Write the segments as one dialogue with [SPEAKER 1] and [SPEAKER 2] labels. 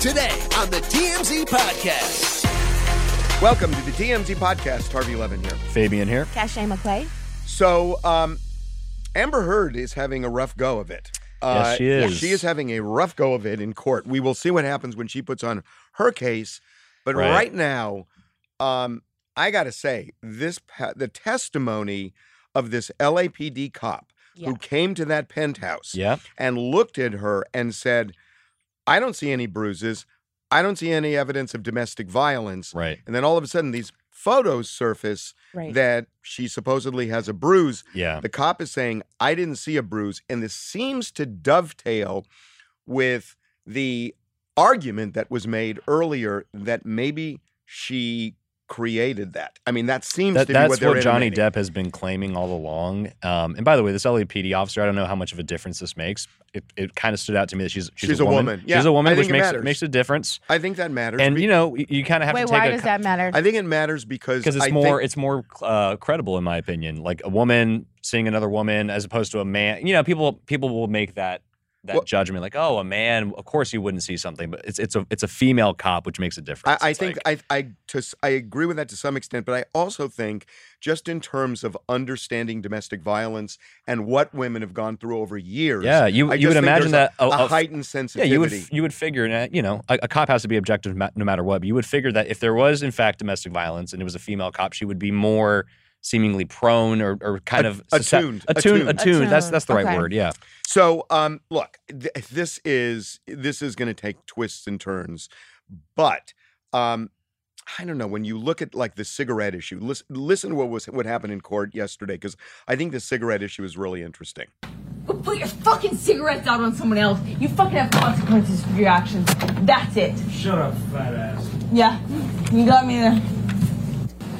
[SPEAKER 1] today on the TMZ Podcast.
[SPEAKER 2] Welcome to the TMZ podcast. Harvey Levin here.
[SPEAKER 3] Fabian here.
[SPEAKER 4] Cache McClay.
[SPEAKER 2] So, um, Amber Heard is having a rough go of it. Uh,
[SPEAKER 3] Yes, she is.
[SPEAKER 2] She is having a rough go of it in court. We will see what happens when she puts on her case. But right,
[SPEAKER 3] Right.
[SPEAKER 2] now, um, I got to say, this pa- the testimony of this LAPD cop
[SPEAKER 4] Yeah.
[SPEAKER 2] who came to that penthouse
[SPEAKER 3] Yeah.
[SPEAKER 2] and looked at her and said, "I don't see any bruises. I don't see any evidence of domestic violence."
[SPEAKER 3] Right.
[SPEAKER 2] And then all of a sudden, these photos surface
[SPEAKER 4] Right.
[SPEAKER 2] that she supposedly has a bruise.
[SPEAKER 3] Yeah.
[SPEAKER 2] The cop is saying, I didn't see a bruise. And this seems to dovetail with the argument that was made earlier that maybe she created that. I mean, that seems
[SPEAKER 3] That,
[SPEAKER 2] to be what
[SPEAKER 3] that's
[SPEAKER 2] they're
[SPEAKER 3] what Johnny
[SPEAKER 2] intimating.
[SPEAKER 3] Depp has been claiming all along. Um, and by the way, this LAPD officer, I don't know how much of a difference this makes. It, it kind of stood out to me that she's she's, a woman.
[SPEAKER 2] Yeah,
[SPEAKER 3] she's
[SPEAKER 2] I
[SPEAKER 3] a woman,
[SPEAKER 2] think
[SPEAKER 3] which
[SPEAKER 2] it
[SPEAKER 3] makes
[SPEAKER 2] matters.
[SPEAKER 3] makes a difference.
[SPEAKER 2] I think that matters.
[SPEAKER 3] And
[SPEAKER 2] be-
[SPEAKER 3] you know, you, kind of have
[SPEAKER 4] Wait,
[SPEAKER 3] to take
[SPEAKER 4] why
[SPEAKER 3] a
[SPEAKER 4] does
[SPEAKER 3] co-
[SPEAKER 4] that matter?
[SPEAKER 2] I think it matters because
[SPEAKER 3] because
[SPEAKER 2] I
[SPEAKER 3] it's
[SPEAKER 2] think-
[SPEAKER 3] more it's more uh, credible in my opinion. Like a woman seeing another woman as opposed to a man. You know, people people will make that that
[SPEAKER 2] Well-
[SPEAKER 3] judgment. Like, oh, a man, of course you wouldn't see something, but it's it's a it's a female cop, which makes a
[SPEAKER 2] I,
[SPEAKER 3] difference.
[SPEAKER 2] I
[SPEAKER 3] It's
[SPEAKER 2] think
[SPEAKER 3] like-
[SPEAKER 2] I I to, s- I agree with that to some extent, but I also think just in terms of understanding domestic violence and what women have gone through over years.
[SPEAKER 3] yeah, you
[SPEAKER 2] I
[SPEAKER 3] you
[SPEAKER 2] just
[SPEAKER 3] would
[SPEAKER 2] think
[SPEAKER 3] imagine
[SPEAKER 2] there's
[SPEAKER 3] that
[SPEAKER 2] a,
[SPEAKER 3] a- a-
[SPEAKER 2] heightened
[SPEAKER 3] Yeah,
[SPEAKER 2] sensitivity.
[SPEAKER 3] you would f- you would figure, and, uh, you know, a, a cop has to be objective ma- no matter what. But you would figure that if there was in fact domestic violence and it was a female cop, she would be more seemingly prone or, or kind
[SPEAKER 2] A-
[SPEAKER 3] of
[SPEAKER 2] attuned,
[SPEAKER 3] attuned,
[SPEAKER 2] attuned.
[SPEAKER 3] attuned, That's
[SPEAKER 4] Attuned,
[SPEAKER 3] that's the right
[SPEAKER 4] okay.
[SPEAKER 3] word. Yeah,
[SPEAKER 2] So, um, look, th- this is this is going to take twists and turns, but um, I don't know. When you look at like the cigarette issue, listen, listen to what was what happened in court yesterday because I think the cigarette issue is really interesting.
[SPEAKER 5] Go put your fucking cigarettes out on someone else. You fucking have consequences for your actions. That's it.
[SPEAKER 6] Shut up, fat ass.
[SPEAKER 5] Yeah. You got me there.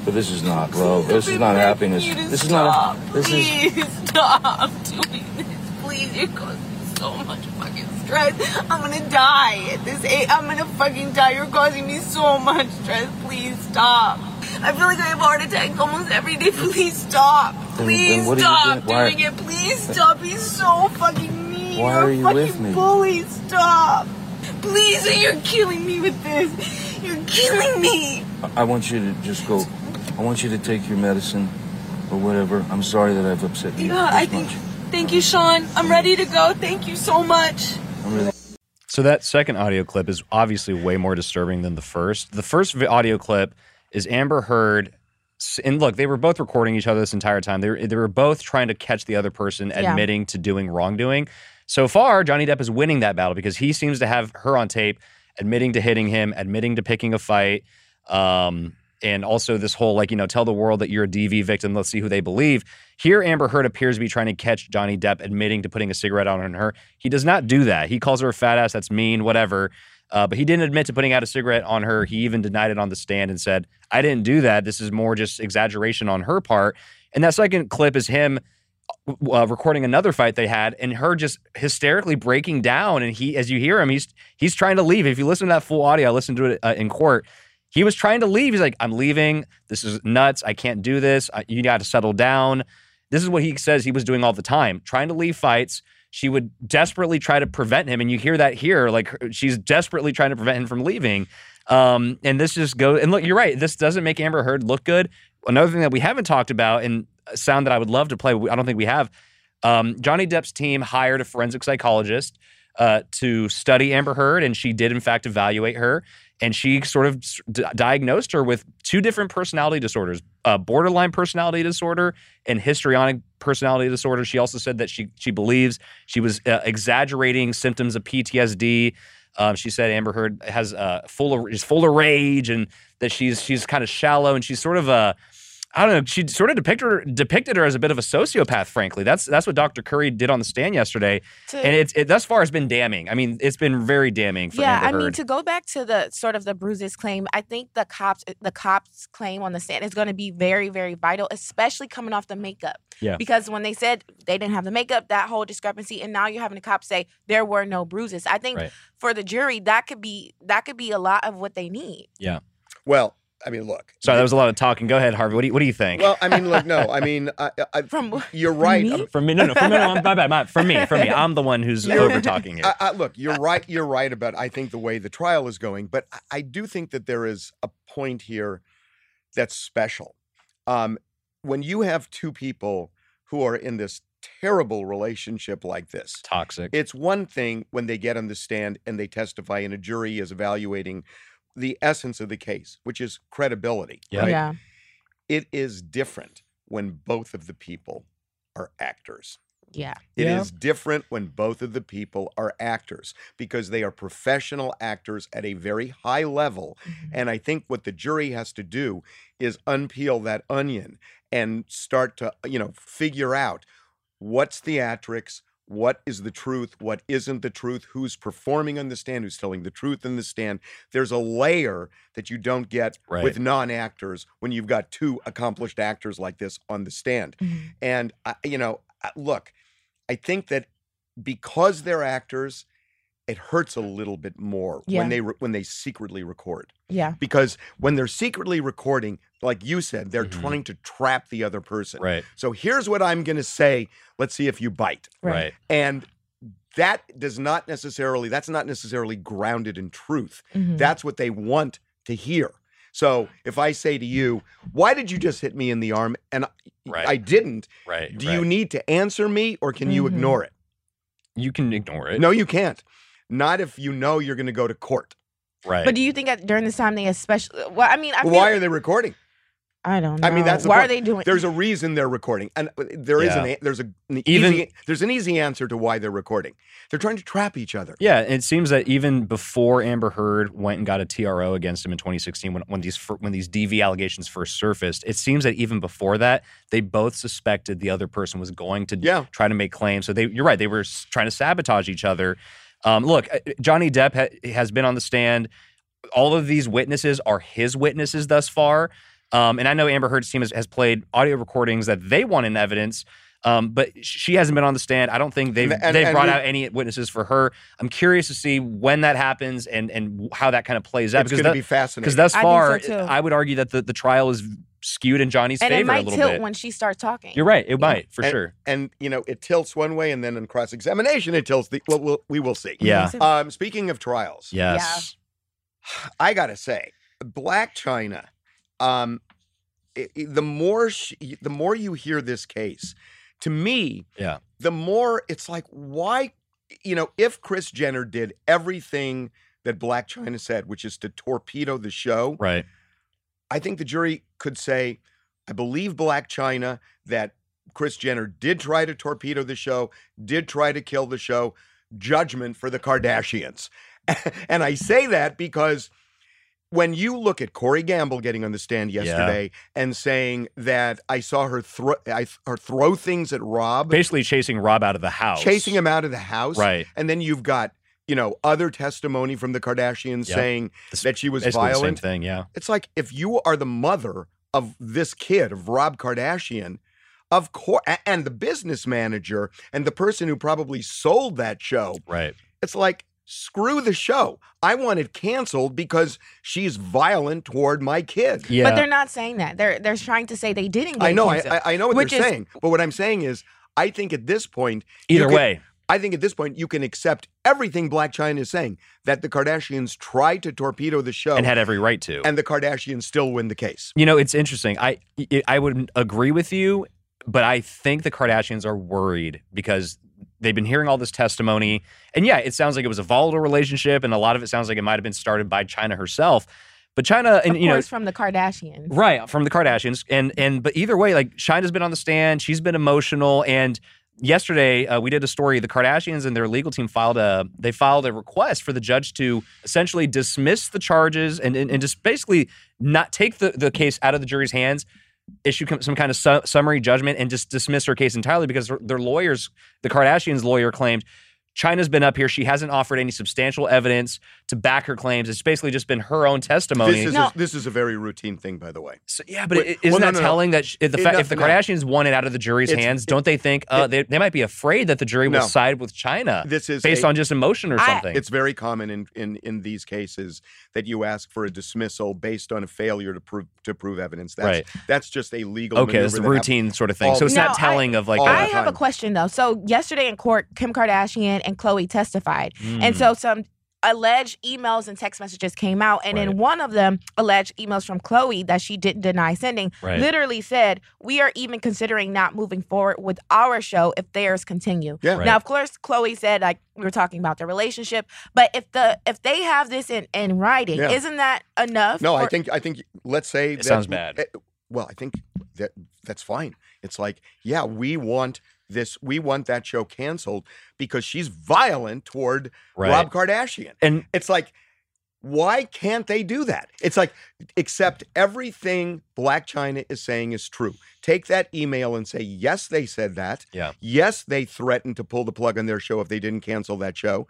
[SPEAKER 7] But this is not love. This is not happiness.
[SPEAKER 5] You to
[SPEAKER 7] This is
[SPEAKER 5] stop.
[SPEAKER 7] not. This is.
[SPEAKER 5] Please stop doing this. Please, you're causing so much fucking stress. I'm gonna die at this age. I'm gonna fucking die. You're causing me so much stress. Please stop. I feel like I have a heart attack almost every day. Please stop.
[SPEAKER 7] then
[SPEAKER 5] Please
[SPEAKER 7] what are you
[SPEAKER 5] stop
[SPEAKER 7] doing? Why-
[SPEAKER 5] doing it. Please stop. He's so fucking mean.
[SPEAKER 7] Why
[SPEAKER 5] you're
[SPEAKER 7] are
[SPEAKER 5] a
[SPEAKER 7] you
[SPEAKER 5] fucking
[SPEAKER 7] with me?
[SPEAKER 5] bully. Stop. Please, you're killing me with this. You're killing me.
[SPEAKER 7] I want you to just go. I want you to take your medicine or whatever. I'm sorry that I've upset you.
[SPEAKER 5] Yeah, I
[SPEAKER 7] this
[SPEAKER 5] think.
[SPEAKER 7] much.
[SPEAKER 5] Thank you, Sean. I'm ready to go. Thank you so much.
[SPEAKER 7] I'm really.
[SPEAKER 3] So that second audio clip is obviously way more disturbing than the first. The first vi- audio clip is Amber Heard, s- and look, they were both recording each other this entire time. They were, they were both trying to catch the other person
[SPEAKER 4] Yeah.
[SPEAKER 3] admitting to doing wrongdoing. So far, Johnny Depp is winning that battle because he seems to have her on tape admitting to hitting him, admitting to picking a fight, um, and also this whole like you know tell the world that you're a DV victim. Let's see who they believe. Here, Amber Heard appears to be trying to catch Johnny Depp admitting to putting a cigarette out on her. He does not do that. He calls her a fat ass. That's mean. Whatever. Uh, but he didn't admit to putting out a cigarette on her. He even denied it on the stand and said, "I didn't do that. This is more just exaggeration on her part." And that second clip is him uh, recording another fight they had, and her just hysterically breaking down. And he, as you hear him, he's he's trying to leave. If you listen to that full audio, I listened to it uh, in court. He was trying to leave. He's like, "I'm leaving. This is nuts. I can't do this. I, you got to settle down." This is what he says he was doing all the time, trying to leave fights. She would desperately try to prevent him, and you hear that here, like her- she's desperately trying to prevent him from leaving. Um, and this just goes. And look, you're right. This doesn't make Amber Heard look good. Another thing that we haven't talked about, and a sound that I would love to play, but we- I don't think we have. Um, Johnny Depp's team hired a forensic psychologist uh, to study Amber Heard, and she did in fact evaluate her, and she sort of s- d- diagnosed her with two different personality disorders: uh, borderline personality disorder and histrionic personality disorder. She also said that she she believes she was uh, exaggerating symptoms of PTSD. Um, she said Amber Heard has uh, full of, is full of rage and that she's she's kind of shallow and she's sort of uh, a I don't know. She sort of depicted her, depicted her as a bit of a sociopath. Frankly, that's that's what Dr. Curry did on the stand yesterday,
[SPEAKER 4] To-
[SPEAKER 3] and it's it, thus far has been damning. I mean, it's been very damning for
[SPEAKER 4] yeah,
[SPEAKER 3] Amber
[SPEAKER 4] I mean
[SPEAKER 3] Heard.
[SPEAKER 4] to go back to the sort of the bruises claim. I think the cops, the cops claim on the stand is going to be very, very vital, especially coming off the makeup.
[SPEAKER 3] Yeah.
[SPEAKER 4] Because when they said they didn't have the makeup, that whole discrepancy, and now you're having the cops say there were no bruises. I think
[SPEAKER 3] Right.
[SPEAKER 4] for the jury, that could be that could be a lot of what they need.
[SPEAKER 2] Well, I mean, look.
[SPEAKER 3] Sorry, that was a lot of talking. Go ahead, Harvey. What do you, what do you think?
[SPEAKER 2] Well, I mean, look. No, I mean, I, I,
[SPEAKER 4] From-
[SPEAKER 2] you're right.
[SPEAKER 4] me?
[SPEAKER 3] from me, no, no, from me, no, my bad, my, from me, from me. I'm the one who's over talking here.
[SPEAKER 2] I, I, look, you're right. You're right about I think the way the trial is going, but I, I do think that there is a point here that's special. Um, when you have two people who are in this terrible relationship like this,
[SPEAKER 3] Toxic.
[SPEAKER 2] it's one thing when they get on the stand and they testify, and a jury is evaluating the essence of the case, which is credibility.
[SPEAKER 3] Yeah.
[SPEAKER 2] right?
[SPEAKER 4] Yeah.
[SPEAKER 2] It is different when both of the people are actors.
[SPEAKER 4] Yeah.
[SPEAKER 2] It is
[SPEAKER 3] Yeah.
[SPEAKER 2] different when both of the people are actors because they are professional actors at a very high level. And I think what the jury has to do is unpeel that onion and start to, you know, figure out what's theatrics, what is the truth, what isn't the truth, who's performing on the stand, who's telling the truth in the stand. There's a layer that you don't get
[SPEAKER 3] Right.
[SPEAKER 2] with non actors when you've got two accomplished actors like this on the stand.
[SPEAKER 4] Mhm.
[SPEAKER 2] And, I, you know, I- look, I think that because they're actors, it hurts a little bit more
[SPEAKER 4] Yeah.
[SPEAKER 2] when they re- when they secretly record
[SPEAKER 4] Yeah.
[SPEAKER 2] because when they're secretly recording, like you said, they're
[SPEAKER 3] Mhm.
[SPEAKER 2] trying to trap the other person.
[SPEAKER 3] Right.
[SPEAKER 2] So here's what I'm going to say. Let's see if you bite.
[SPEAKER 3] Right.
[SPEAKER 2] And that does not necessarily that's not necessarily grounded in truth.
[SPEAKER 4] Mhm.
[SPEAKER 3] Mm-hmm.
[SPEAKER 2] That's what they want to hear. So if I say to you, "Why did you just hit me in the arm?" and I-
[SPEAKER 3] Right.
[SPEAKER 2] I didn't,
[SPEAKER 3] Right.
[SPEAKER 2] do
[SPEAKER 3] right.
[SPEAKER 2] you need to answer me or can you
[SPEAKER 4] Mhm.
[SPEAKER 2] ignore it?
[SPEAKER 3] You can ignore it.
[SPEAKER 2] No, you can't. Not if you know you're going to go to court.
[SPEAKER 3] Right.
[SPEAKER 4] But do you think that during this time they especially? Well, I mean, I feel,
[SPEAKER 2] Why are they recording?
[SPEAKER 4] I don't. Know.
[SPEAKER 2] I mean, that's the
[SPEAKER 4] why
[SPEAKER 2] point.
[SPEAKER 4] are they doing?
[SPEAKER 2] There's a reason they're recording, and uh, there is
[SPEAKER 3] Yeah.
[SPEAKER 2] an a- there's a an
[SPEAKER 3] Even-
[SPEAKER 2] easy, there's an easy answer to why they're recording. They're trying to trap each other.
[SPEAKER 3] Yeah, and it seems that even before Amber Heard went and got a TRO against him in 2016, when, when these fir- when these DV allegations first surfaced, it seems that even before that, they both suspected the other person was going to
[SPEAKER 2] Yeah.
[SPEAKER 3] try to make claims. So they, you're right, they were s- trying to sabotage each other. Um, look, uh, Johnny Depp ha- has been on the stand. All of these witnesses are his witnesses thus far. Um, and I know Amber Heard's team has, has played audio recordings that they want in evidence, um, but sh- she hasn't been on the stand. I don't think they've,
[SPEAKER 2] And- and-
[SPEAKER 3] they've
[SPEAKER 2] and
[SPEAKER 3] brought
[SPEAKER 2] we-
[SPEAKER 3] out any witnesses for her. I'm curious to see when that happens and, and how that kind of plays out.
[SPEAKER 2] It's going to be
[SPEAKER 3] because
[SPEAKER 2] fascinating.
[SPEAKER 3] thus
[SPEAKER 4] I think
[SPEAKER 3] far,
[SPEAKER 4] so, too.
[SPEAKER 3] I would argue that the, the trial is skewed in Johnny's
[SPEAKER 4] and
[SPEAKER 3] favor
[SPEAKER 4] it might
[SPEAKER 3] a little
[SPEAKER 4] tilt
[SPEAKER 3] bit.
[SPEAKER 4] when she starts talking.
[SPEAKER 3] You're right. It might, for sure.
[SPEAKER 2] and you know it tilts one way, and then in cross examination it tilts the. Well, we'll we will see.
[SPEAKER 3] Yeah.
[SPEAKER 2] Um, speaking of trials,
[SPEAKER 3] Yes.
[SPEAKER 2] I gotta say, Black China. Um, i- i- the more she, the more you hear this case, to me,
[SPEAKER 3] Yeah.
[SPEAKER 2] the more it's like, why, you know, if Chris Jenner did everything that Black China said, which is to torpedo the show,
[SPEAKER 3] Right.
[SPEAKER 2] I think the jury could say, I believe Black China that Chris Jenner did try to torpedo the show, did try to kill the show. Judgment for the Kardashians. and I say that because when you look at Corey Gamble getting on the stand yesterday and saying that I saw her throw I th- her throw things at Rob,
[SPEAKER 3] Basically chasing Rob out of the house.
[SPEAKER 2] chasing him out of the house.
[SPEAKER 3] Right.
[SPEAKER 2] And then you've got, you know, other testimony from the Kardashians
[SPEAKER 3] Yeah.
[SPEAKER 2] saying
[SPEAKER 3] This-
[SPEAKER 2] that she was
[SPEAKER 3] Basically the same
[SPEAKER 2] violent.
[SPEAKER 3] thing. Yeah.
[SPEAKER 2] It's like if you are the mother of this kid, of Rob Kardashian, of course, and the business manager and the person who probably sold that show,
[SPEAKER 3] Right.
[SPEAKER 2] it's like, screw the show. I want it canceled because she's violent toward my kid.
[SPEAKER 3] Yeah.
[SPEAKER 4] But they're not saying that. They're they're trying to say they didn't. Get
[SPEAKER 2] I know, I,
[SPEAKER 4] canceled.
[SPEAKER 2] I- I know what
[SPEAKER 4] Which
[SPEAKER 2] they're
[SPEAKER 4] is-
[SPEAKER 2] saying, but what I'm saying is, I think at this point, you
[SPEAKER 3] Either
[SPEAKER 2] could-
[SPEAKER 3] way.
[SPEAKER 2] I think at this point you can accept everything Black China is saying that the Kardashians tried to torpedo the show
[SPEAKER 3] And had every right to.
[SPEAKER 2] and the Kardashians still win the case.
[SPEAKER 3] You know, it's interesting. I I- I would agree with you, but I think the Kardashians are worried because they've been hearing all this testimony. And yeah, it sounds like it was a volatile relationship, and a lot of it sounds like it might have been started by China herself. But China, and
[SPEAKER 4] of
[SPEAKER 3] you know,
[SPEAKER 4] course, from the Kardashians.
[SPEAKER 3] right from the Kardashians, and and but either way, like China's been on the stand. She's been emotional, and yesterday uh, we did a story. The Kardashians and their legal team filed a they filed a request for the judge to essentially dismiss the charges and and, and just basically not take the the case out of the jury's hands. Issue com- some kind of su- summary judgment and just dismiss her case entirely because her- their lawyers, the Kardashians' lawyer, claimed China's been up here. She hasn't offered any substantial evidence to back her claims. It's basically just been her own testimony.
[SPEAKER 2] This is
[SPEAKER 4] No.
[SPEAKER 2] a, this is a very routine thing, by the way.
[SPEAKER 3] So, yeah, but
[SPEAKER 2] Wait,
[SPEAKER 3] is isn't
[SPEAKER 2] well, no,
[SPEAKER 3] that
[SPEAKER 2] no, no.
[SPEAKER 3] telling that sh- if the
[SPEAKER 2] It-
[SPEAKER 3] fa-
[SPEAKER 2] no,
[SPEAKER 3] if the
[SPEAKER 2] no.
[SPEAKER 3] Kardashians want it out of the jury's
[SPEAKER 2] It's-
[SPEAKER 3] hands, don't they think uh,
[SPEAKER 2] it-
[SPEAKER 3] they, they might be afraid that the jury
[SPEAKER 2] No.
[SPEAKER 3] will side with China
[SPEAKER 2] This is
[SPEAKER 3] based
[SPEAKER 2] a-
[SPEAKER 3] on just emotion or
[SPEAKER 4] I-
[SPEAKER 3] something?
[SPEAKER 2] It's very common in, in in these cases that you ask for a dismissal based on a failure to prove to prove evidence. That's that's just a legal.
[SPEAKER 3] okay, it's the
[SPEAKER 2] maneuver that hap-
[SPEAKER 3] routine sort of thing.
[SPEAKER 2] all
[SPEAKER 3] So it's
[SPEAKER 4] the
[SPEAKER 3] not
[SPEAKER 4] time.
[SPEAKER 3] telling of like
[SPEAKER 2] All
[SPEAKER 4] I
[SPEAKER 2] the
[SPEAKER 4] have a
[SPEAKER 2] time.
[SPEAKER 4] question though. So yesterday in court, Kim Kardashian and Chloe testified,
[SPEAKER 3] Mm.
[SPEAKER 2] Hmm.
[SPEAKER 4] and so some alleged emails and text messages came out, and
[SPEAKER 3] Right.
[SPEAKER 4] in one of them, alleged emails from Chloe that she didn't deny sending,
[SPEAKER 3] Right.
[SPEAKER 4] literally said, "We are even considering not moving forward with our show if theirs continue."
[SPEAKER 2] Yeah.
[SPEAKER 3] Right.
[SPEAKER 4] Now, of course, Chloe said like we were talking about their relationship, but if the if they have this in in writing,
[SPEAKER 2] Yeah.
[SPEAKER 4] isn't that enough?
[SPEAKER 2] No, I
[SPEAKER 4] for-
[SPEAKER 2] think I think let's say that-
[SPEAKER 3] sounds bad.
[SPEAKER 2] eh, Well, I think that that's fine. It's like, yeah, we want this. We want that show canceled because she's violent toward
[SPEAKER 3] right.
[SPEAKER 2] Rob Kardashian.
[SPEAKER 3] and
[SPEAKER 2] It's like, why can't they do that? It's like, except everything Black China is saying is true. Take that email and say, yes, they said that.
[SPEAKER 3] Yeah.
[SPEAKER 2] Yes, they threatened to pull the plug on their show if they didn't cancel that show.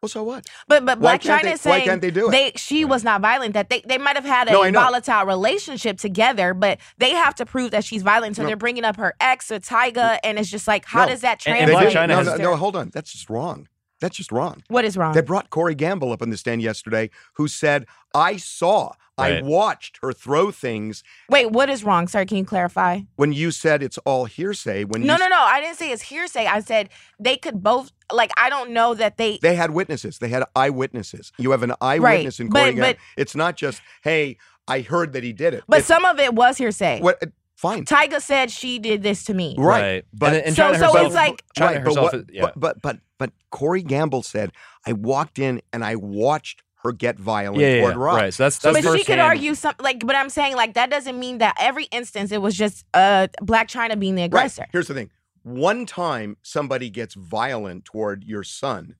[SPEAKER 2] Well, so what?
[SPEAKER 4] But but
[SPEAKER 2] Why
[SPEAKER 4] Black
[SPEAKER 2] can't
[SPEAKER 4] China
[SPEAKER 2] they-
[SPEAKER 4] is saying
[SPEAKER 2] why can't they do it?
[SPEAKER 4] she was not violent. That they, they might have had a
[SPEAKER 2] No, I know.
[SPEAKER 4] volatile relationship together, but they have to prove that she's violent. So
[SPEAKER 2] No.
[SPEAKER 4] they're bringing up her ex or Tyga, and it's just like, how
[SPEAKER 2] No.
[SPEAKER 4] does that
[SPEAKER 3] And-
[SPEAKER 4] translate?
[SPEAKER 3] and Blac
[SPEAKER 2] They did-
[SPEAKER 3] Chyna
[SPEAKER 2] no,
[SPEAKER 3] has-
[SPEAKER 2] no, no, hold on. That's just wrong. That's just wrong.
[SPEAKER 4] What is wrong?
[SPEAKER 2] They brought Corey Gamble up on the stand yesterday, who said, I saw, I
[SPEAKER 3] Right.
[SPEAKER 2] watched her throw things
[SPEAKER 4] Wait, what is wrong? Sorry, can you clarify?
[SPEAKER 2] when you said it's all hearsay. When
[SPEAKER 4] No,
[SPEAKER 2] you,
[SPEAKER 4] no, no. I didn't say it's hearsay. I said they could both. Like, I don't know that they.
[SPEAKER 2] They had witnesses. They had eyewitnesses. You have an eyewitness in
[SPEAKER 4] But-
[SPEAKER 2] Corey Gamble.
[SPEAKER 4] but-
[SPEAKER 2] It's not just, hey, I heard that he did it.
[SPEAKER 4] but
[SPEAKER 2] It's-
[SPEAKER 4] some of it was hearsay.
[SPEAKER 2] what, uh, fine.
[SPEAKER 4] Tyga said she did this to me.
[SPEAKER 2] Right.
[SPEAKER 3] But
[SPEAKER 2] But-
[SPEAKER 3] and, and
[SPEAKER 4] So-
[SPEAKER 3] China
[SPEAKER 4] so
[SPEAKER 3] herself,
[SPEAKER 4] it's like-
[SPEAKER 3] China
[SPEAKER 2] right,
[SPEAKER 3] herself.
[SPEAKER 2] but,
[SPEAKER 3] is-
[SPEAKER 2] what-
[SPEAKER 3] yeah.
[SPEAKER 2] but, but, but, but Corey Gamble said, I walked in and I watched her get violent
[SPEAKER 3] yeah, yeah, yeah,
[SPEAKER 2] toward Rob.
[SPEAKER 3] right. So that's that's
[SPEAKER 4] But she could
[SPEAKER 3] firsthand.
[SPEAKER 4] argue some like, but I'm saying like that doesn't mean that every instance it was just uh Black China being the
[SPEAKER 2] Right.
[SPEAKER 4] aggressor.
[SPEAKER 2] Here's the thing. One time somebody gets violent toward your son,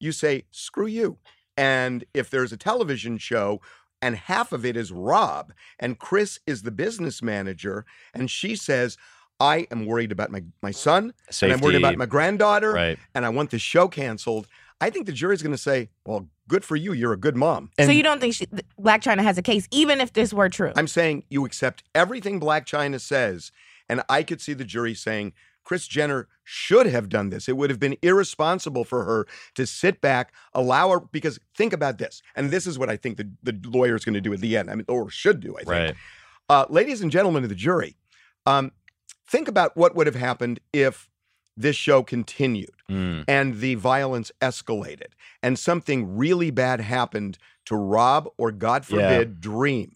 [SPEAKER 2] you say, screw you. And if there's a television show and half of it is Rob and Chris is the business manager, and she says, I am worried about my, my son
[SPEAKER 3] Safety,
[SPEAKER 2] and I'm worried about my granddaughter
[SPEAKER 3] right.
[SPEAKER 2] and I want the show canceled, I think the jury's going to say, well, good for you. You're a good mom.
[SPEAKER 3] And-
[SPEAKER 4] so you don't think she, th- Black China has a case, even if this were true?
[SPEAKER 2] I'm saying you accept everything Black China says, and I could see the jury saying Chris Jenner should have done this. It would have been irresponsible for her to sit back, allow her because think about this, and this is what I think the, the lawyer is going to do at the end. I mean, or should do. I think,
[SPEAKER 3] Right.
[SPEAKER 2] uh, ladies and gentlemen of the jury, um, think about what would have happened if this show continued
[SPEAKER 3] Mm.
[SPEAKER 2] and the violence escalated and something really bad happened to Rob or God
[SPEAKER 3] Yeah.
[SPEAKER 2] forbid Dream,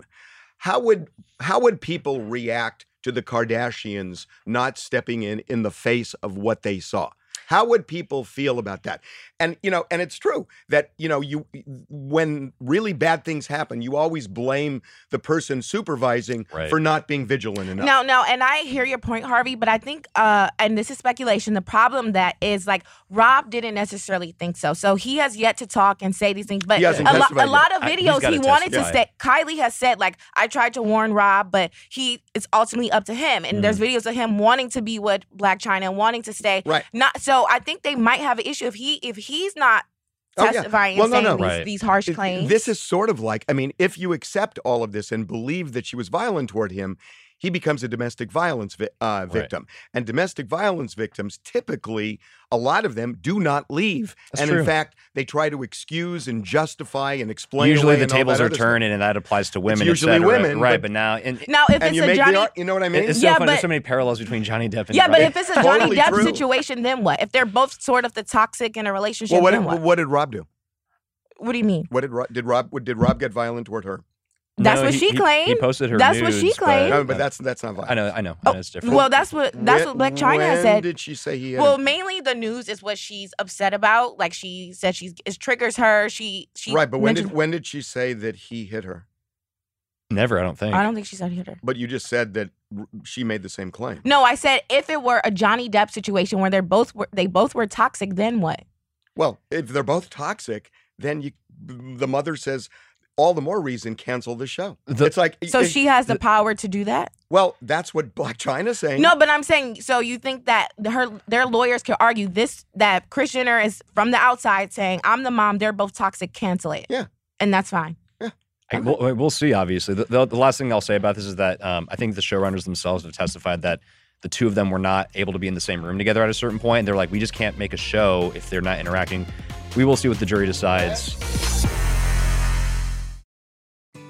[SPEAKER 2] how would how would people react to the Kardashians not stepping in in the face of what they saw? How would people feel about that? And you know, and it's true that you know you when really bad things happen, you always blame the person supervising
[SPEAKER 3] Right.
[SPEAKER 2] for not being vigilant enough.
[SPEAKER 4] No, no, and I hear your point, Harvey, but I think, uh, and this is speculation, the problem that is like Rob didn't necessarily think so. So he has yet to talk and say these things, but
[SPEAKER 2] He hasn't
[SPEAKER 4] a, lo-
[SPEAKER 2] testified
[SPEAKER 4] a lot
[SPEAKER 3] yet.
[SPEAKER 4] of
[SPEAKER 3] I- he's
[SPEAKER 4] videos
[SPEAKER 3] gotta
[SPEAKER 4] he wanted to
[SPEAKER 3] testify.
[SPEAKER 4] stay. Kylie has said, like, I tried to warn Rob, but he it's ultimately up to him. And there's videos of him wanting to be with Black China and wanting to stay.
[SPEAKER 2] Mm-hmm. Right.
[SPEAKER 4] Not so I think they might have an issue if he if he's not
[SPEAKER 2] Oh, yeah.
[SPEAKER 4] testifying
[SPEAKER 2] Well,
[SPEAKER 4] and
[SPEAKER 2] no, no.
[SPEAKER 4] saying These,
[SPEAKER 3] Right.
[SPEAKER 4] these harsh
[SPEAKER 2] Th-
[SPEAKER 4] claims.
[SPEAKER 2] This is sort of like, I mean, if you accept all of this and believe that she was violent toward him, he becomes a domestic violence vi- uh, victim. And domestic violence victims typically, a lot of them do not leave.
[SPEAKER 3] That's
[SPEAKER 2] and
[SPEAKER 3] true.
[SPEAKER 2] in fact, they try to excuse and justify and explain.
[SPEAKER 3] Usually
[SPEAKER 2] away
[SPEAKER 3] the
[SPEAKER 2] and all
[SPEAKER 3] tables
[SPEAKER 2] that
[SPEAKER 3] are
[SPEAKER 2] other stuff.
[SPEAKER 3] turning, and that applies to women. et
[SPEAKER 2] usually
[SPEAKER 3] cetera.
[SPEAKER 2] women,
[SPEAKER 3] right?
[SPEAKER 2] but-
[SPEAKER 3] But now, and,
[SPEAKER 4] now if
[SPEAKER 2] And
[SPEAKER 4] it's
[SPEAKER 2] you
[SPEAKER 4] a
[SPEAKER 2] make
[SPEAKER 4] Johnny
[SPEAKER 2] the ar- you know what I mean?
[SPEAKER 3] it's so
[SPEAKER 4] Yeah,
[SPEAKER 3] funny. There's
[SPEAKER 4] but-
[SPEAKER 3] so many parallels between Johnny Depp and
[SPEAKER 4] Yeah, but
[SPEAKER 3] Rob.
[SPEAKER 4] if it's a
[SPEAKER 2] Totally
[SPEAKER 4] Johnny Depp
[SPEAKER 2] true.
[SPEAKER 4] situation, then what? If they're both sort of the toxic in a relationship,
[SPEAKER 2] well, what
[SPEAKER 4] then
[SPEAKER 2] did,
[SPEAKER 4] what?
[SPEAKER 2] what did Rob do?
[SPEAKER 4] What do you mean?
[SPEAKER 2] What did Rob, did Rob what- did Rob get violent toward her?
[SPEAKER 4] That's what
[SPEAKER 3] he-
[SPEAKER 4] she
[SPEAKER 3] he- He
[SPEAKER 4] claimed.
[SPEAKER 3] posted her.
[SPEAKER 4] That's what she
[SPEAKER 3] nudes,
[SPEAKER 4] claimed.
[SPEAKER 2] No, but that's that's not violent.
[SPEAKER 3] Uh, I know, I know, I know it's different.
[SPEAKER 4] Oh, Well, that's what that's
[SPEAKER 2] Wh-
[SPEAKER 4] what Black China
[SPEAKER 2] when
[SPEAKER 4] has said.
[SPEAKER 2] Did she say he? Had
[SPEAKER 4] Well, mainly the news is what she's upset about. Like she said, she's it triggers her. She she
[SPEAKER 2] right, but when did
[SPEAKER 4] mentioned-
[SPEAKER 2] when did she say that he hit her?
[SPEAKER 3] never. I don't think.
[SPEAKER 4] I don't think she said hit her.
[SPEAKER 2] But you just said that r- she made the same claim.
[SPEAKER 4] No, I said if it were a Johnny Depp situation where they're both were, they both were toxic, then what?
[SPEAKER 2] Well, if they're both toxic, then you, the mother says all the more reason cancel the show.
[SPEAKER 3] The-
[SPEAKER 2] it's like
[SPEAKER 4] So
[SPEAKER 2] it-
[SPEAKER 4] she has the power to do that?
[SPEAKER 2] Well, that's what Black China's saying.
[SPEAKER 4] No, but I'm saying so you think that her their lawyers could argue this that Chris Jenner is from the outside saying, I'm the mom, they're both toxic, cancel it.
[SPEAKER 2] Yeah.
[SPEAKER 4] And that's fine.
[SPEAKER 3] I- we'll, we'll see. Obviously, the, the, the last thing I'll say about this is that um, I think the showrunners themselves have testified that the two of them were not able to be in the same room together at a certain point. They're like, we just can't make a show if they're not interacting. We will see what the jury decides.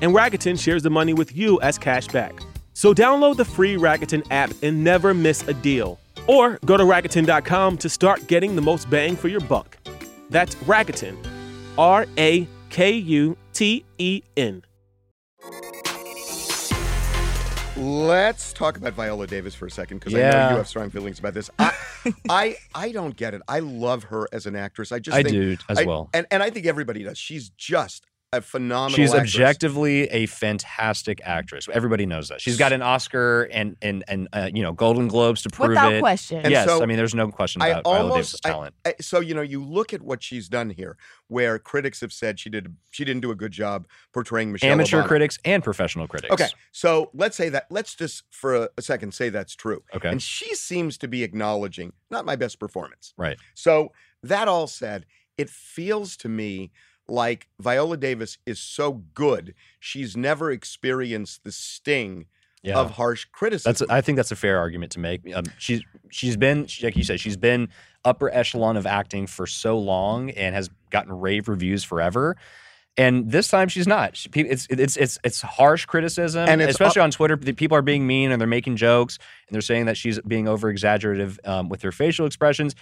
[SPEAKER 6] and Rakuten shares the money with you as cash back. So download the free Rakuten app and never miss a deal. Or go to Rakuten.com to start getting the most bang for your buck. That's Rakuten. R A K U T E N.
[SPEAKER 2] Let's talk about Viola Davis for a second because I know
[SPEAKER 3] Yeah.
[SPEAKER 2] you have strong feelings about this. I, I I don't get it. I love her as an actress. I just
[SPEAKER 3] I
[SPEAKER 2] think,
[SPEAKER 3] do as
[SPEAKER 2] I-
[SPEAKER 3] well.
[SPEAKER 2] and and I think everybody does. She's just a phenomenal.
[SPEAKER 3] She's
[SPEAKER 2] actress.
[SPEAKER 3] objectively a fantastic actress. Everybody knows that. She's got an Oscar and and and uh, you know Golden Globes to prove
[SPEAKER 4] Without
[SPEAKER 3] it.
[SPEAKER 4] question.
[SPEAKER 2] And
[SPEAKER 3] yes,
[SPEAKER 2] so
[SPEAKER 3] I mean there's no question
[SPEAKER 2] I
[SPEAKER 3] about Viola
[SPEAKER 2] almost-
[SPEAKER 3] Davis'
[SPEAKER 2] I-
[SPEAKER 3] talent.
[SPEAKER 2] I- Eh, so you know you look at what she's done here where critics have said she did she didn't do a good job portraying michelle
[SPEAKER 3] Amateur
[SPEAKER 2] Obama.
[SPEAKER 3] critics and professional critics.
[SPEAKER 2] okay so let's say that let's just for a, a second say that's true
[SPEAKER 3] Okay.
[SPEAKER 2] and she seems to be acknowledging not my best performance
[SPEAKER 3] Right.
[SPEAKER 2] so that all said it feels to me like viola davis is so good she's never experienced the sting
[SPEAKER 3] Yeah.
[SPEAKER 2] of harsh criticism
[SPEAKER 3] That's I think that's a fair argument to make. Um, she's she's been she- like you said she's been upper echelon of acting for so long and has gotten rave reviews forever. And this time she's not. She, pe- it's it's it's it's harsh criticism,
[SPEAKER 2] And
[SPEAKER 3] and
[SPEAKER 2] it's-
[SPEAKER 3] especially on Twitter, the people are being mean and they're making jokes and they're saying that she's being over exaggerative um, with her facial expressions.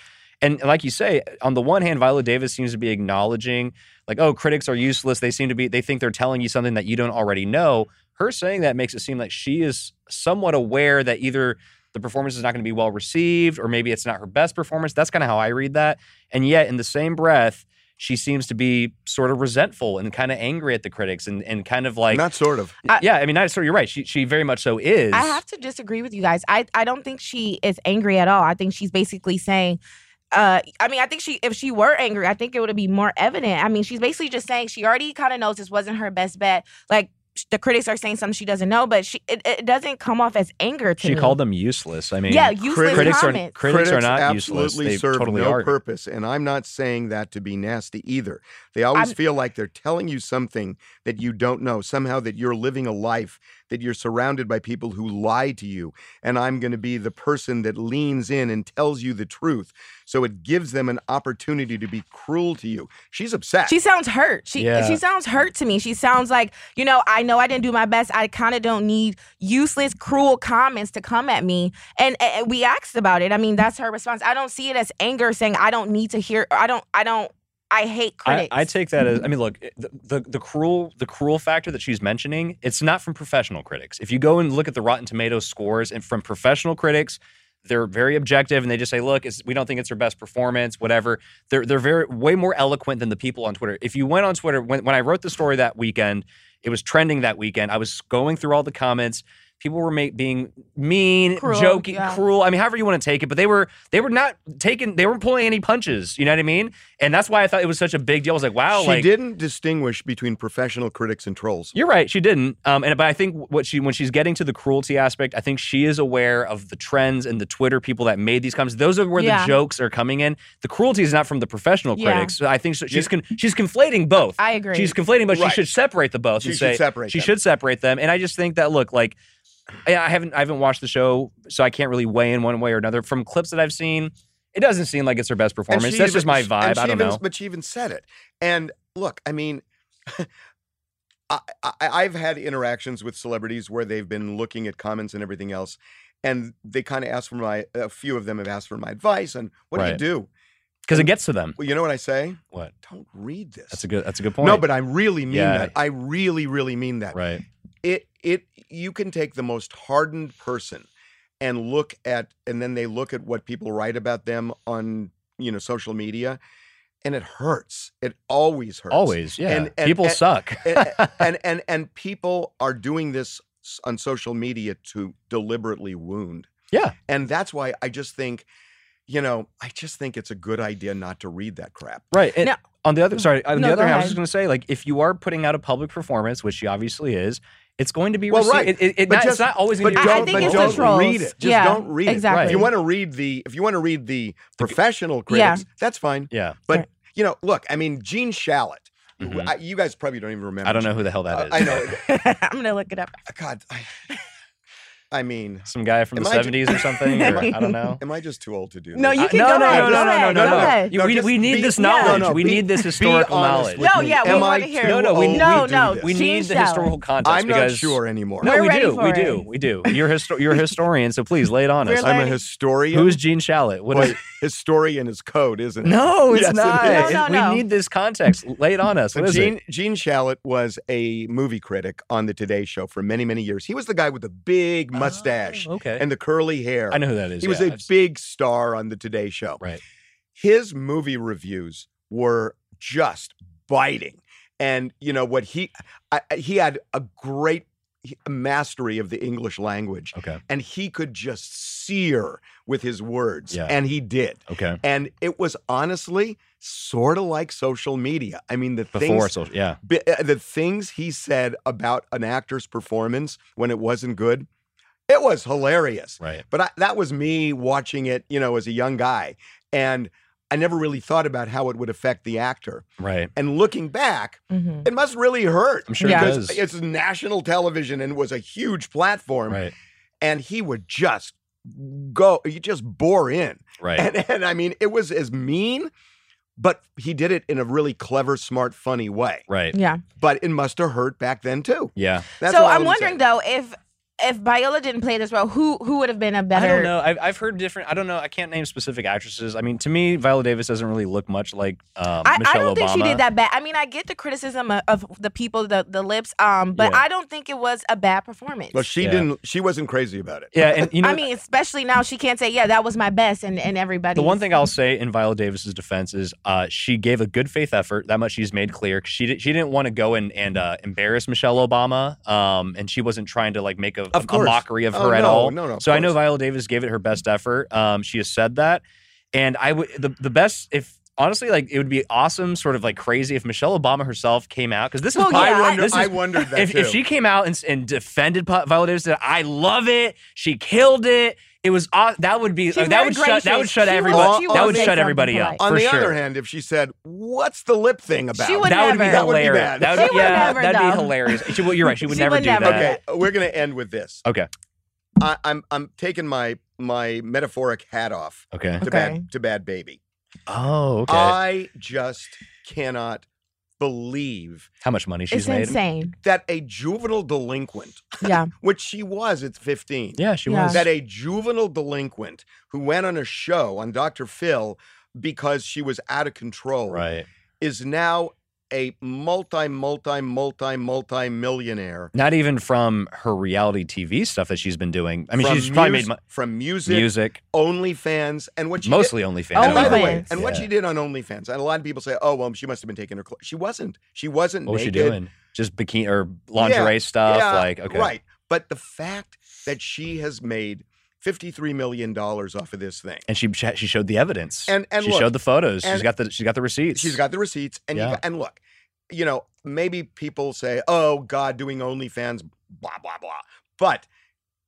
[SPEAKER 3] And like you say, on the one hand, Viola Davis seems to be acknowledging, like, oh, critics are useless. They seem to be, they think they're telling you something that you don't already know. Her saying that makes it seem like she is somewhat aware that either the performance is not going to be well received or maybe it's not her best performance. That's kind of how I read that. And yet, in the same breath, she seems to be sort of resentful and kind of angry at the critics and, and kind of like,
[SPEAKER 2] not sort of
[SPEAKER 4] I-
[SPEAKER 3] yeah, I mean, not, so you're right. She, she very much so is.
[SPEAKER 4] I have to disagree with you guys. I, I don't think she is angry at all. I think she's basically saying, uh, I mean, I think she if she were angry, I think it would be more evident. I mean, she's basically just saying she already kind of knows this wasn't her best bet. Like sh- the critics are saying something she doesn't know, but she it, it doesn't come off as anger to
[SPEAKER 3] she
[SPEAKER 4] me.
[SPEAKER 3] called them useless. I mean,
[SPEAKER 4] yeah, useless
[SPEAKER 3] critics are
[SPEAKER 4] comments.
[SPEAKER 3] critics, are not useless.
[SPEAKER 2] absolutely
[SPEAKER 3] They
[SPEAKER 2] serve
[SPEAKER 3] totally
[SPEAKER 2] no
[SPEAKER 3] are.
[SPEAKER 2] purpose, and I'm not saying that to be nasty either. They always
[SPEAKER 4] I'm-
[SPEAKER 2] feel like they're telling you something that you don't know. Somehow that you're living a life that you're surrounded by people who lie to you, and I'm going to be the person that leans in and tells you the truth. So it gives them an opportunity to be cruel to you. She's upset.
[SPEAKER 4] She sounds hurt. She
[SPEAKER 3] Yeah.
[SPEAKER 4] she sounds hurt to me. She sounds like, you know, I know I didn't do my best. I kind of don't need useless, cruel comments to come at me. And, and we asked about it. I mean, that's her response. I don't see it as anger saying I don't need to hear I don't I don't I hate
[SPEAKER 3] I,
[SPEAKER 4] critics.
[SPEAKER 3] I take that as I mean, look, eh, the, the the cruel the cruel factor that she's mentioning, it's not from professional critics. If you go and look at the Rotten Tomatoes scores and from professional critics, they're very objective and they just say, look, it's, we don't think it's her best performance, whatever. They're they're very way more eloquent than the people on Twitter. If you went on Twitter when when I wrote the story that weekend, it was trending that weekend. I was going through all the comments. People were ma- being mean,
[SPEAKER 4] Cruel,
[SPEAKER 3] joking,
[SPEAKER 4] yeah.
[SPEAKER 3] cruel. I mean, however you want to take it, but they were they were not taking they weren't pulling any punches. You know what I mean? And that's why I thought it was such a big deal. I was like, wow,
[SPEAKER 2] She
[SPEAKER 3] like
[SPEAKER 2] didn't distinguish between professional critics and trolls.
[SPEAKER 3] you're right, she didn't. Um, and but I think what she when she's getting to the cruelty aspect, I think she is aware of the trends and the Twitter people that made these comments. Those are where
[SPEAKER 4] Yeah.
[SPEAKER 3] the jokes are coming in. The cruelty is not from the professional
[SPEAKER 4] Yeah.
[SPEAKER 3] critics. So I think so- she's con- she's conflating both.
[SPEAKER 4] I agree.
[SPEAKER 3] She's conflating, but
[SPEAKER 2] Right.
[SPEAKER 3] she should separate the both.
[SPEAKER 2] She
[SPEAKER 3] and
[SPEAKER 2] should
[SPEAKER 3] say-
[SPEAKER 2] separate
[SPEAKER 3] She
[SPEAKER 2] them.
[SPEAKER 3] should separate them. And I just think that look like. I I haven't I haven't watched the show, so I can't really weigh in one way or another. From clips that I've seen, it doesn't seem like it's her best
[SPEAKER 2] And
[SPEAKER 3] performance. That's
[SPEAKER 2] she even-
[SPEAKER 3] just my
[SPEAKER 2] she-
[SPEAKER 3] vibe.
[SPEAKER 2] and
[SPEAKER 3] I
[SPEAKER 2] she
[SPEAKER 3] don't
[SPEAKER 2] even-
[SPEAKER 3] know.
[SPEAKER 2] But she even said it. And look, I mean, I, I, I've had interactions with celebrities where they've been looking at comments and everything else, and they kind of ask for my. A few of them have asked for my advice on what do
[SPEAKER 3] Right.
[SPEAKER 2] you do.
[SPEAKER 3] because it gets to them.
[SPEAKER 2] Well, you know what I say?
[SPEAKER 3] What?
[SPEAKER 2] Don't read this.
[SPEAKER 3] That's a good. That's a good point.
[SPEAKER 2] No, but I really mean
[SPEAKER 3] Yeah.
[SPEAKER 2] that. I really, really mean that.
[SPEAKER 3] right.
[SPEAKER 2] It it you can take the most hardened person and look at and then they look at what people write about them on, you know, social media and it hurts. It always hurts.
[SPEAKER 3] Always. Yeah.
[SPEAKER 2] And- and-
[SPEAKER 3] People
[SPEAKER 2] and-
[SPEAKER 3] suck.
[SPEAKER 2] and, and and and people are doing this s- on social media to deliberately wound.
[SPEAKER 3] Yeah.
[SPEAKER 2] And that's why I just think, you know, I just think it's a good idea not to read that crap.
[SPEAKER 3] Right. And
[SPEAKER 4] No.
[SPEAKER 3] on the other sorry, on
[SPEAKER 4] No,
[SPEAKER 3] the other
[SPEAKER 4] go
[SPEAKER 3] hand, I was
[SPEAKER 4] ahead.
[SPEAKER 3] just going to say, like, if you are putting out a public performance, which she obviously is, it's going to be
[SPEAKER 2] Well,
[SPEAKER 3] received-
[SPEAKER 2] right.
[SPEAKER 3] It, it, it
[SPEAKER 2] But
[SPEAKER 3] not,
[SPEAKER 2] just-
[SPEAKER 3] it's not always
[SPEAKER 2] but
[SPEAKER 3] going to be.
[SPEAKER 4] I
[SPEAKER 2] don't-
[SPEAKER 4] think
[SPEAKER 2] but
[SPEAKER 4] it's
[SPEAKER 2] don't
[SPEAKER 4] the trolls.
[SPEAKER 2] read it. Just
[SPEAKER 4] Yeah,
[SPEAKER 2] don't read it.
[SPEAKER 4] exactly.
[SPEAKER 2] If you want to read the if you want to read the professional
[SPEAKER 4] Yeah.
[SPEAKER 2] critics, that's fine.
[SPEAKER 3] Yeah.
[SPEAKER 2] But
[SPEAKER 4] Right.
[SPEAKER 2] you know, look, I mean, Gene Shalit.
[SPEAKER 3] Mhm.
[SPEAKER 2] I, you guys probably don't even remember.
[SPEAKER 3] I don't know who the hell that
[SPEAKER 2] Uh,
[SPEAKER 3] is.
[SPEAKER 2] I know.
[SPEAKER 4] I'm gonna look it up.
[SPEAKER 2] God, I, I mean,
[SPEAKER 3] Some guy from
[SPEAKER 2] Am
[SPEAKER 3] the
[SPEAKER 2] I ju-
[SPEAKER 3] 70s or something. or, I don't know. Uh,
[SPEAKER 2] am I just too old to do?
[SPEAKER 4] No,
[SPEAKER 2] this?
[SPEAKER 4] you can
[SPEAKER 3] no,
[SPEAKER 4] go
[SPEAKER 3] no,
[SPEAKER 4] ahead.
[SPEAKER 3] no, no,
[SPEAKER 4] go
[SPEAKER 3] no,
[SPEAKER 4] ahead,
[SPEAKER 3] no,
[SPEAKER 4] go
[SPEAKER 3] no.
[SPEAKER 4] ahead.
[SPEAKER 3] You- we-
[SPEAKER 2] just
[SPEAKER 3] we need
[SPEAKER 2] be-
[SPEAKER 3] this knowledge. We
[SPEAKER 2] be-
[SPEAKER 3] need this
[SPEAKER 2] be
[SPEAKER 3] historical
[SPEAKER 2] honest
[SPEAKER 3] knowledge.
[SPEAKER 2] with
[SPEAKER 4] No,
[SPEAKER 2] me.
[SPEAKER 4] yeah, we
[SPEAKER 2] Am
[SPEAKER 4] wanna
[SPEAKER 2] I
[SPEAKER 4] hear
[SPEAKER 2] too
[SPEAKER 4] it.
[SPEAKER 3] No, no, we,
[SPEAKER 2] old
[SPEAKER 4] No,
[SPEAKER 2] to do
[SPEAKER 4] no,
[SPEAKER 2] this?
[SPEAKER 3] we
[SPEAKER 4] Gene
[SPEAKER 3] need the
[SPEAKER 4] Shalit.
[SPEAKER 3] historical context.
[SPEAKER 2] I'm not
[SPEAKER 3] because,
[SPEAKER 2] sure anymore.
[SPEAKER 3] No,
[SPEAKER 4] We're
[SPEAKER 3] we
[SPEAKER 4] ready
[SPEAKER 3] do.
[SPEAKER 4] for
[SPEAKER 3] We
[SPEAKER 4] it.
[SPEAKER 3] do. We do. You're, histo- you're a historian, so please lay it on
[SPEAKER 4] We're
[SPEAKER 3] us.
[SPEAKER 4] like-
[SPEAKER 2] I'm a
[SPEAKER 4] learning.
[SPEAKER 2] historian.
[SPEAKER 3] Who is Gene Shalit? What is,
[SPEAKER 2] Wait, historian is code, isn't it?
[SPEAKER 3] no, it's
[SPEAKER 2] Yes, it
[SPEAKER 3] not.
[SPEAKER 2] is.
[SPEAKER 4] No, no,
[SPEAKER 3] It-
[SPEAKER 4] no.
[SPEAKER 3] We need this context. Lay it on us.
[SPEAKER 2] So
[SPEAKER 3] What is
[SPEAKER 2] Gene,
[SPEAKER 3] it?
[SPEAKER 2] Gene Shalit was a movie critic on the Today Show for many, many years. He was the guy with the big mustache
[SPEAKER 3] Oh, okay.
[SPEAKER 2] and the curly hair.
[SPEAKER 3] I know who that is.
[SPEAKER 2] He was
[SPEAKER 3] yeah.
[SPEAKER 2] a big star on the Today Show.
[SPEAKER 3] Right.
[SPEAKER 2] His movie reviews were just biting. And you know what he I, I- he had a great mastery of the English language
[SPEAKER 3] Okay.
[SPEAKER 2] and he could just sear with his words
[SPEAKER 3] Yeah.
[SPEAKER 2] and he did.
[SPEAKER 3] Okay.
[SPEAKER 2] And it was honestly sort of like social media. I mean the
[SPEAKER 3] Before
[SPEAKER 2] things
[SPEAKER 3] social, yeah.
[SPEAKER 2] bi- uh, the things he said about an actor's performance when it wasn't good, it was hilarious.
[SPEAKER 3] Right.
[SPEAKER 2] But I, that was me watching it, you know, as a young guy. And I never really thought about how it would affect the actor.
[SPEAKER 3] Right.
[SPEAKER 2] And looking back,
[SPEAKER 4] Mhm.
[SPEAKER 2] it must really hurt.
[SPEAKER 3] I'm sure
[SPEAKER 4] Yeah.
[SPEAKER 3] it
[SPEAKER 2] Because
[SPEAKER 3] does.
[SPEAKER 2] it's national television and was a huge platform.
[SPEAKER 3] Right.
[SPEAKER 2] And he would just go, he just bore in.
[SPEAKER 3] Right.
[SPEAKER 2] And, and I mean, it was as mean, but he did it in a really clever, smart, funny way.
[SPEAKER 3] right.
[SPEAKER 4] Yeah.
[SPEAKER 2] But it must have hurt back then too.
[SPEAKER 3] Yeah.
[SPEAKER 2] That's
[SPEAKER 4] so
[SPEAKER 2] all
[SPEAKER 4] I'm
[SPEAKER 2] I'm saying.
[SPEAKER 4] wondering though if if Viola didn't play this role, who who would have been a better?
[SPEAKER 3] I don't know. I've, I've heard different. I don't know. I can't name specific actresses. I mean, to me, Viola Davis doesn't really look much like um,
[SPEAKER 4] I,
[SPEAKER 3] Michelle
[SPEAKER 4] I
[SPEAKER 3] Obama.
[SPEAKER 4] don't think she did that bad. I mean, I get the criticism of, of the people, the the lips, um, but
[SPEAKER 3] Yeah.
[SPEAKER 4] I don't think it was a bad performance.
[SPEAKER 2] Well, she
[SPEAKER 3] Yeah.
[SPEAKER 2] didn't. She wasn't crazy about it.
[SPEAKER 3] Yeah, and you know,
[SPEAKER 4] I mean, especially now she can't say, "Yeah, that was my best," and and everybody.
[SPEAKER 3] the one thing I'll say in Viola Davis's defense is uh, she gave a good faith effort. That much she's made clear. 'Cause She did, she didn't want to go and and uh, embarrass Michelle Obama, um, and she wasn't trying to like make a,
[SPEAKER 2] Of
[SPEAKER 3] a
[SPEAKER 2] course.
[SPEAKER 3] mockery of
[SPEAKER 2] Oh,
[SPEAKER 3] her at
[SPEAKER 2] no,
[SPEAKER 3] all.
[SPEAKER 2] no, no, of
[SPEAKER 3] so I know
[SPEAKER 2] course.
[SPEAKER 3] Viola Davis gave it her best effort. Um, she has said that, and I would the the best if. Honestly, like it would be awesome, sort of like crazy, if Michelle Obama herself came out because this is
[SPEAKER 4] Well,
[SPEAKER 3] my-
[SPEAKER 4] Oh, yeah,
[SPEAKER 2] I,
[SPEAKER 4] I-
[SPEAKER 2] wonder,
[SPEAKER 3] this
[SPEAKER 2] I
[SPEAKER 3] is-
[SPEAKER 2] wondered that
[SPEAKER 3] if,
[SPEAKER 2] too.
[SPEAKER 3] if she came out and, and defended Pa- Viola Davis, said, I love it. She killed it. It was aw- that would be
[SPEAKER 4] She's
[SPEAKER 3] uh, that
[SPEAKER 4] very
[SPEAKER 3] would shut that would
[SPEAKER 4] gracious.
[SPEAKER 3] shut
[SPEAKER 4] She
[SPEAKER 2] will-
[SPEAKER 3] everybody
[SPEAKER 2] she
[SPEAKER 3] that
[SPEAKER 2] will
[SPEAKER 3] would
[SPEAKER 2] say
[SPEAKER 3] shut
[SPEAKER 4] something
[SPEAKER 3] everybody up
[SPEAKER 4] polite.
[SPEAKER 2] On
[SPEAKER 3] for
[SPEAKER 2] the
[SPEAKER 3] sure.
[SPEAKER 2] other hand, if she said, "What's the lip thing about?"
[SPEAKER 4] She would
[SPEAKER 3] that would be
[SPEAKER 4] never. That
[SPEAKER 2] would be
[SPEAKER 3] hilarious.
[SPEAKER 2] bad.
[SPEAKER 3] That
[SPEAKER 4] She
[SPEAKER 3] would,
[SPEAKER 4] would
[SPEAKER 3] yeah,
[SPEAKER 4] never,
[SPEAKER 3] that'd
[SPEAKER 4] though.
[SPEAKER 3] be hilarious. She, would- you're right. She would
[SPEAKER 4] She
[SPEAKER 3] never
[SPEAKER 4] would
[SPEAKER 3] do
[SPEAKER 4] never.
[SPEAKER 3] that.
[SPEAKER 2] okay, we're gonna end with this.
[SPEAKER 3] Okay.
[SPEAKER 2] I, I'm I'm taking my my metaphoric hat off
[SPEAKER 3] Okay.
[SPEAKER 2] to
[SPEAKER 4] Okay.
[SPEAKER 2] bad to bad baby.
[SPEAKER 3] Oh, okay.
[SPEAKER 2] I just cannot believe
[SPEAKER 3] How much money she's
[SPEAKER 4] it's
[SPEAKER 3] made?
[SPEAKER 4] insane.
[SPEAKER 2] that a juvenile delinquent,
[SPEAKER 4] Yeah,
[SPEAKER 2] which she was at 15,
[SPEAKER 3] Yeah, she
[SPEAKER 4] Yeah.
[SPEAKER 3] was.
[SPEAKER 2] that a juvenile delinquent who went on a show on Dr. Phil because she was out of control
[SPEAKER 3] right.
[SPEAKER 2] is now a multi, multi, multi, multi millionaire.
[SPEAKER 3] Not even from her reality TV stuff that she's been doing. I mean,
[SPEAKER 2] from
[SPEAKER 3] she's probably
[SPEAKER 2] mus-
[SPEAKER 3] made mo-
[SPEAKER 2] from music,
[SPEAKER 3] music,
[SPEAKER 2] OnlyFans, and what she did-
[SPEAKER 3] mostly OnlyFans.
[SPEAKER 2] and by the way,
[SPEAKER 4] OnlyFans.
[SPEAKER 2] and what
[SPEAKER 3] Yeah.
[SPEAKER 2] she did on OnlyFans, and a lot of people say, "Oh, well, she must have been taking her clothes." She wasn't. She wasn't.
[SPEAKER 3] What was she
[SPEAKER 2] naked.
[SPEAKER 3] doing? Just bikini or lingerie stuff?
[SPEAKER 2] Yeah,
[SPEAKER 3] like okay,
[SPEAKER 2] Right. But the fact that she has made fifty-three million dollars off of this thing,
[SPEAKER 3] and she she showed the evidence.
[SPEAKER 2] And- and
[SPEAKER 3] she
[SPEAKER 2] look,
[SPEAKER 3] showed the photos.
[SPEAKER 2] and-
[SPEAKER 3] she's got the she's got the receipts.
[SPEAKER 2] she's got the receipts, and you
[SPEAKER 3] Yeah.
[SPEAKER 2] got, and look, you know, maybe people say, "Oh God, doing OnlyFans, blah blah blah," but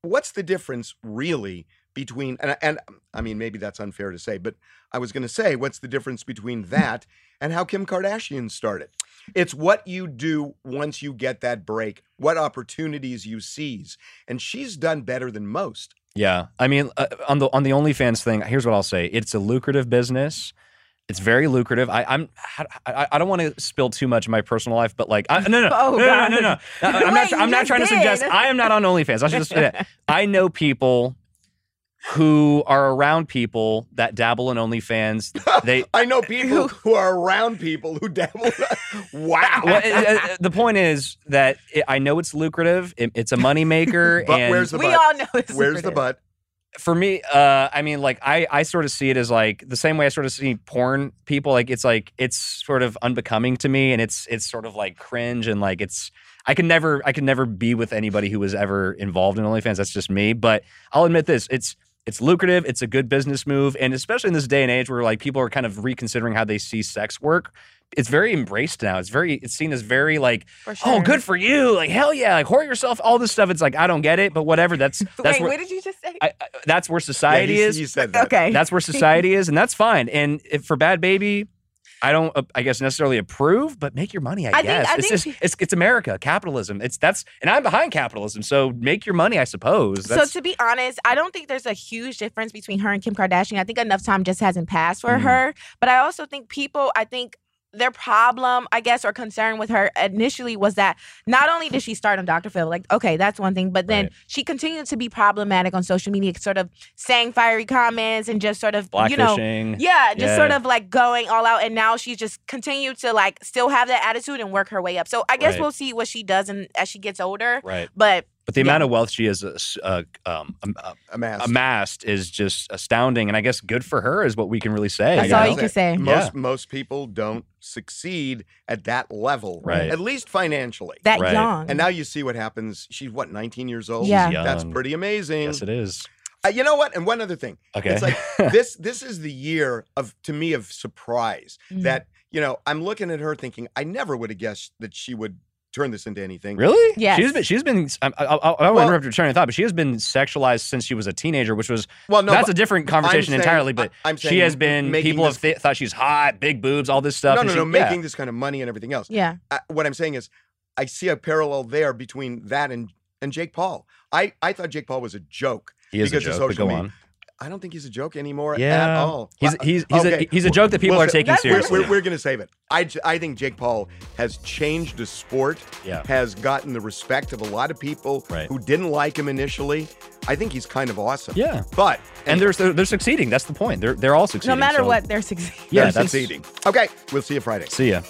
[SPEAKER 2] what's the difference really? Between and and um, I mean maybe that's unfair to say, but I was going to say what's the difference between that and how Kim Kardashian started? It's what you do once you get that break, what opportunities you seize, and she's done better than most.
[SPEAKER 3] yeah. I mean, uh, on the on the OnlyFans thing, here's what I'll say: it's a lucrative business. It's very lucrative. I, I'm. I, I- I don't want to spill too much of my personal life, but like, I, no, no,
[SPEAKER 4] Oh,
[SPEAKER 3] no, no, no,
[SPEAKER 4] God.
[SPEAKER 3] no, no. I- I'm
[SPEAKER 4] Wait,
[SPEAKER 3] not.
[SPEAKER 4] you
[SPEAKER 3] I'm not
[SPEAKER 4] just
[SPEAKER 3] trying to
[SPEAKER 4] did.
[SPEAKER 3] suggest. I am not on OnlyFans. I should just. I know people who are around people that dabble in OnlyFans. They
[SPEAKER 2] I know people who are around people who dabble. wow.
[SPEAKER 3] well, uh, uh, the point is that it, I know it's lucrative. It, it's a moneymaker.
[SPEAKER 2] But
[SPEAKER 3] and
[SPEAKER 2] where's the
[SPEAKER 4] we
[SPEAKER 2] butt?
[SPEAKER 4] all know it's
[SPEAKER 2] Where's the
[SPEAKER 4] lucrative.
[SPEAKER 2] butt?
[SPEAKER 3] for me, uh, I mean, like I, I sort of see it as like the same way I sort of see porn people. Like it's like it's sort of unbecoming to me, and it's it's sort of like cringe and like it's. I can never I can never be with anybody who was ever involved in OnlyFans. That's just me. But I'll admit this: it's it's lucrative. It's a good business move, and especially in this day and age where like people are kind of reconsidering how they see sex work. It's very embraced now. It's very it's seen as very like
[SPEAKER 4] For sure.
[SPEAKER 3] oh good for you like hell yeah like whore yourself all this stuff. It's like I don't get it, but whatever. That's that's
[SPEAKER 4] Wait,
[SPEAKER 3] where-
[SPEAKER 4] what did you just say?
[SPEAKER 3] I, I, that's where society
[SPEAKER 2] yeah, he-
[SPEAKER 3] is.
[SPEAKER 2] He said that.
[SPEAKER 4] okay.
[SPEAKER 3] That's where society is, and that's fine. And if for Bad Baby, I don't, uh, I guess, necessarily approve, but make your money. I,
[SPEAKER 4] I think-
[SPEAKER 3] guess
[SPEAKER 4] I
[SPEAKER 3] it's,
[SPEAKER 4] think
[SPEAKER 3] just-
[SPEAKER 4] she-
[SPEAKER 3] it's it's America, capitalism. It's that's, and I'm behind capitalism, so make your money. I suppose. That's,
[SPEAKER 4] so to be honest, I don't think there's a huge difference between her and Kim Kardashian. I think enough time just hasn't passed for
[SPEAKER 3] Mhm.
[SPEAKER 4] her. But I also think people, I think their problem, I guess, or concern with her initially was that not only did she start on Dr. Phil, like, okay, that's one thing, but then
[SPEAKER 3] Right.
[SPEAKER 4] she continued to be problematic on social media, sort of saying fiery comments and just sort of, you know,
[SPEAKER 3] blackfishing.
[SPEAKER 4] yeah, just
[SPEAKER 3] Yeah.
[SPEAKER 4] sort of like going all out, and now she's just continued to like still have that attitude and work her way up. So I guess
[SPEAKER 3] Right.
[SPEAKER 4] we'll see what she does and as she gets older.
[SPEAKER 3] Right,
[SPEAKER 4] But
[SPEAKER 3] but the
[SPEAKER 4] Yeah.
[SPEAKER 3] amount of wealth she has uh, s- uh, um, am- uh,
[SPEAKER 2] A mask.
[SPEAKER 3] amassed is just astounding, and I guess good for her is what we can really say.
[SPEAKER 4] that's
[SPEAKER 3] you
[SPEAKER 4] all
[SPEAKER 3] know?
[SPEAKER 4] you can say.
[SPEAKER 2] Most most people don't succeed at that level,
[SPEAKER 3] Right.
[SPEAKER 2] At least financially.
[SPEAKER 4] That
[SPEAKER 3] Right.
[SPEAKER 4] young.
[SPEAKER 2] and now you see what happens. She's what, 19 years old?
[SPEAKER 4] Yeah.
[SPEAKER 3] She's
[SPEAKER 2] That's
[SPEAKER 3] young.
[SPEAKER 2] pretty amazing.
[SPEAKER 3] Yes, it is.
[SPEAKER 2] Uh, you know what? And one other thing.
[SPEAKER 3] Okay.
[SPEAKER 2] It's like this this is the year of to me of surprise
[SPEAKER 4] Mm.
[SPEAKER 2] that, you know, I'm looking at her thinking I never would have guessed that she would turn this into anything.
[SPEAKER 3] Really?
[SPEAKER 4] Yes.
[SPEAKER 3] She's been. She's been. I, I, I, I won't
[SPEAKER 2] Well-
[SPEAKER 3] interrupt your train of thought, but she has been sexualized since she was a teenager, which was
[SPEAKER 2] Well, no.
[SPEAKER 3] that's a
[SPEAKER 2] but
[SPEAKER 3] different conversation
[SPEAKER 2] I'm saying-
[SPEAKER 3] entirely. But
[SPEAKER 2] I- I'm
[SPEAKER 3] she
[SPEAKER 2] saying
[SPEAKER 3] has been.
[SPEAKER 2] making
[SPEAKER 3] People
[SPEAKER 2] this-
[SPEAKER 3] have th- thought she's hot, big boobs, all this stuff.
[SPEAKER 2] No,
[SPEAKER 3] and
[SPEAKER 2] no,
[SPEAKER 3] she-
[SPEAKER 2] no,
[SPEAKER 3] yeah.
[SPEAKER 2] making this kind of money and everything else.
[SPEAKER 4] Yeah.
[SPEAKER 2] I, what I'm saying is, I see a parallel there between that and and Jake Paul. I I thought Jake Paul was a joke.
[SPEAKER 3] He is a
[SPEAKER 2] because of
[SPEAKER 3] joke. But
[SPEAKER 2] social
[SPEAKER 3] go
[SPEAKER 2] media.
[SPEAKER 3] on.
[SPEAKER 2] I don't think he's a joke anymore at
[SPEAKER 3] Yeah.
[SPEAKER 2] all.
[SPEAKER 3] He's
[SPEAKER 2] Well,
[SPEAKER 3] he's he's,
[SPEAKER 2] okay.
[SPEAKER 3] a, he's a joke that people
[SPEAKER 2] Well,
[SPEAKER 3] are taking
[SPEAKER 4] that's-
[SPEAKER 2] We're,
[SPEAKER 3] seriously.
[SPEAKER 2] we're, we're gonna save it. I, j- I think Jake Paul has changed the sport.
[SPEAKER 3] Yeah.
[SPEAKER 2] Has gotten the respect of a lot of people
[SPEAKER 3] Right.
[SPEAKER 2] who didn't like him initially. I think he's kind of awesome.
[SPEAKER 3] Yeah.
[SPEAKER 2] But
[SPEAKER 3] and they're, they're they're succeeding. That's the point. They're they're all succeeding.
[SPEAKER 4] no matter
[SPEAKER 3] so-
[SPEAKER 4] what, they're succeeding.
[SPEAKER 3] Yeah,
[SPEAKER 2] they're
[SPEAKER 3] that's-
[SPEAKER 2] succeeding. Okay, we'll see you Friday.
[SPEAKER 3] See ya.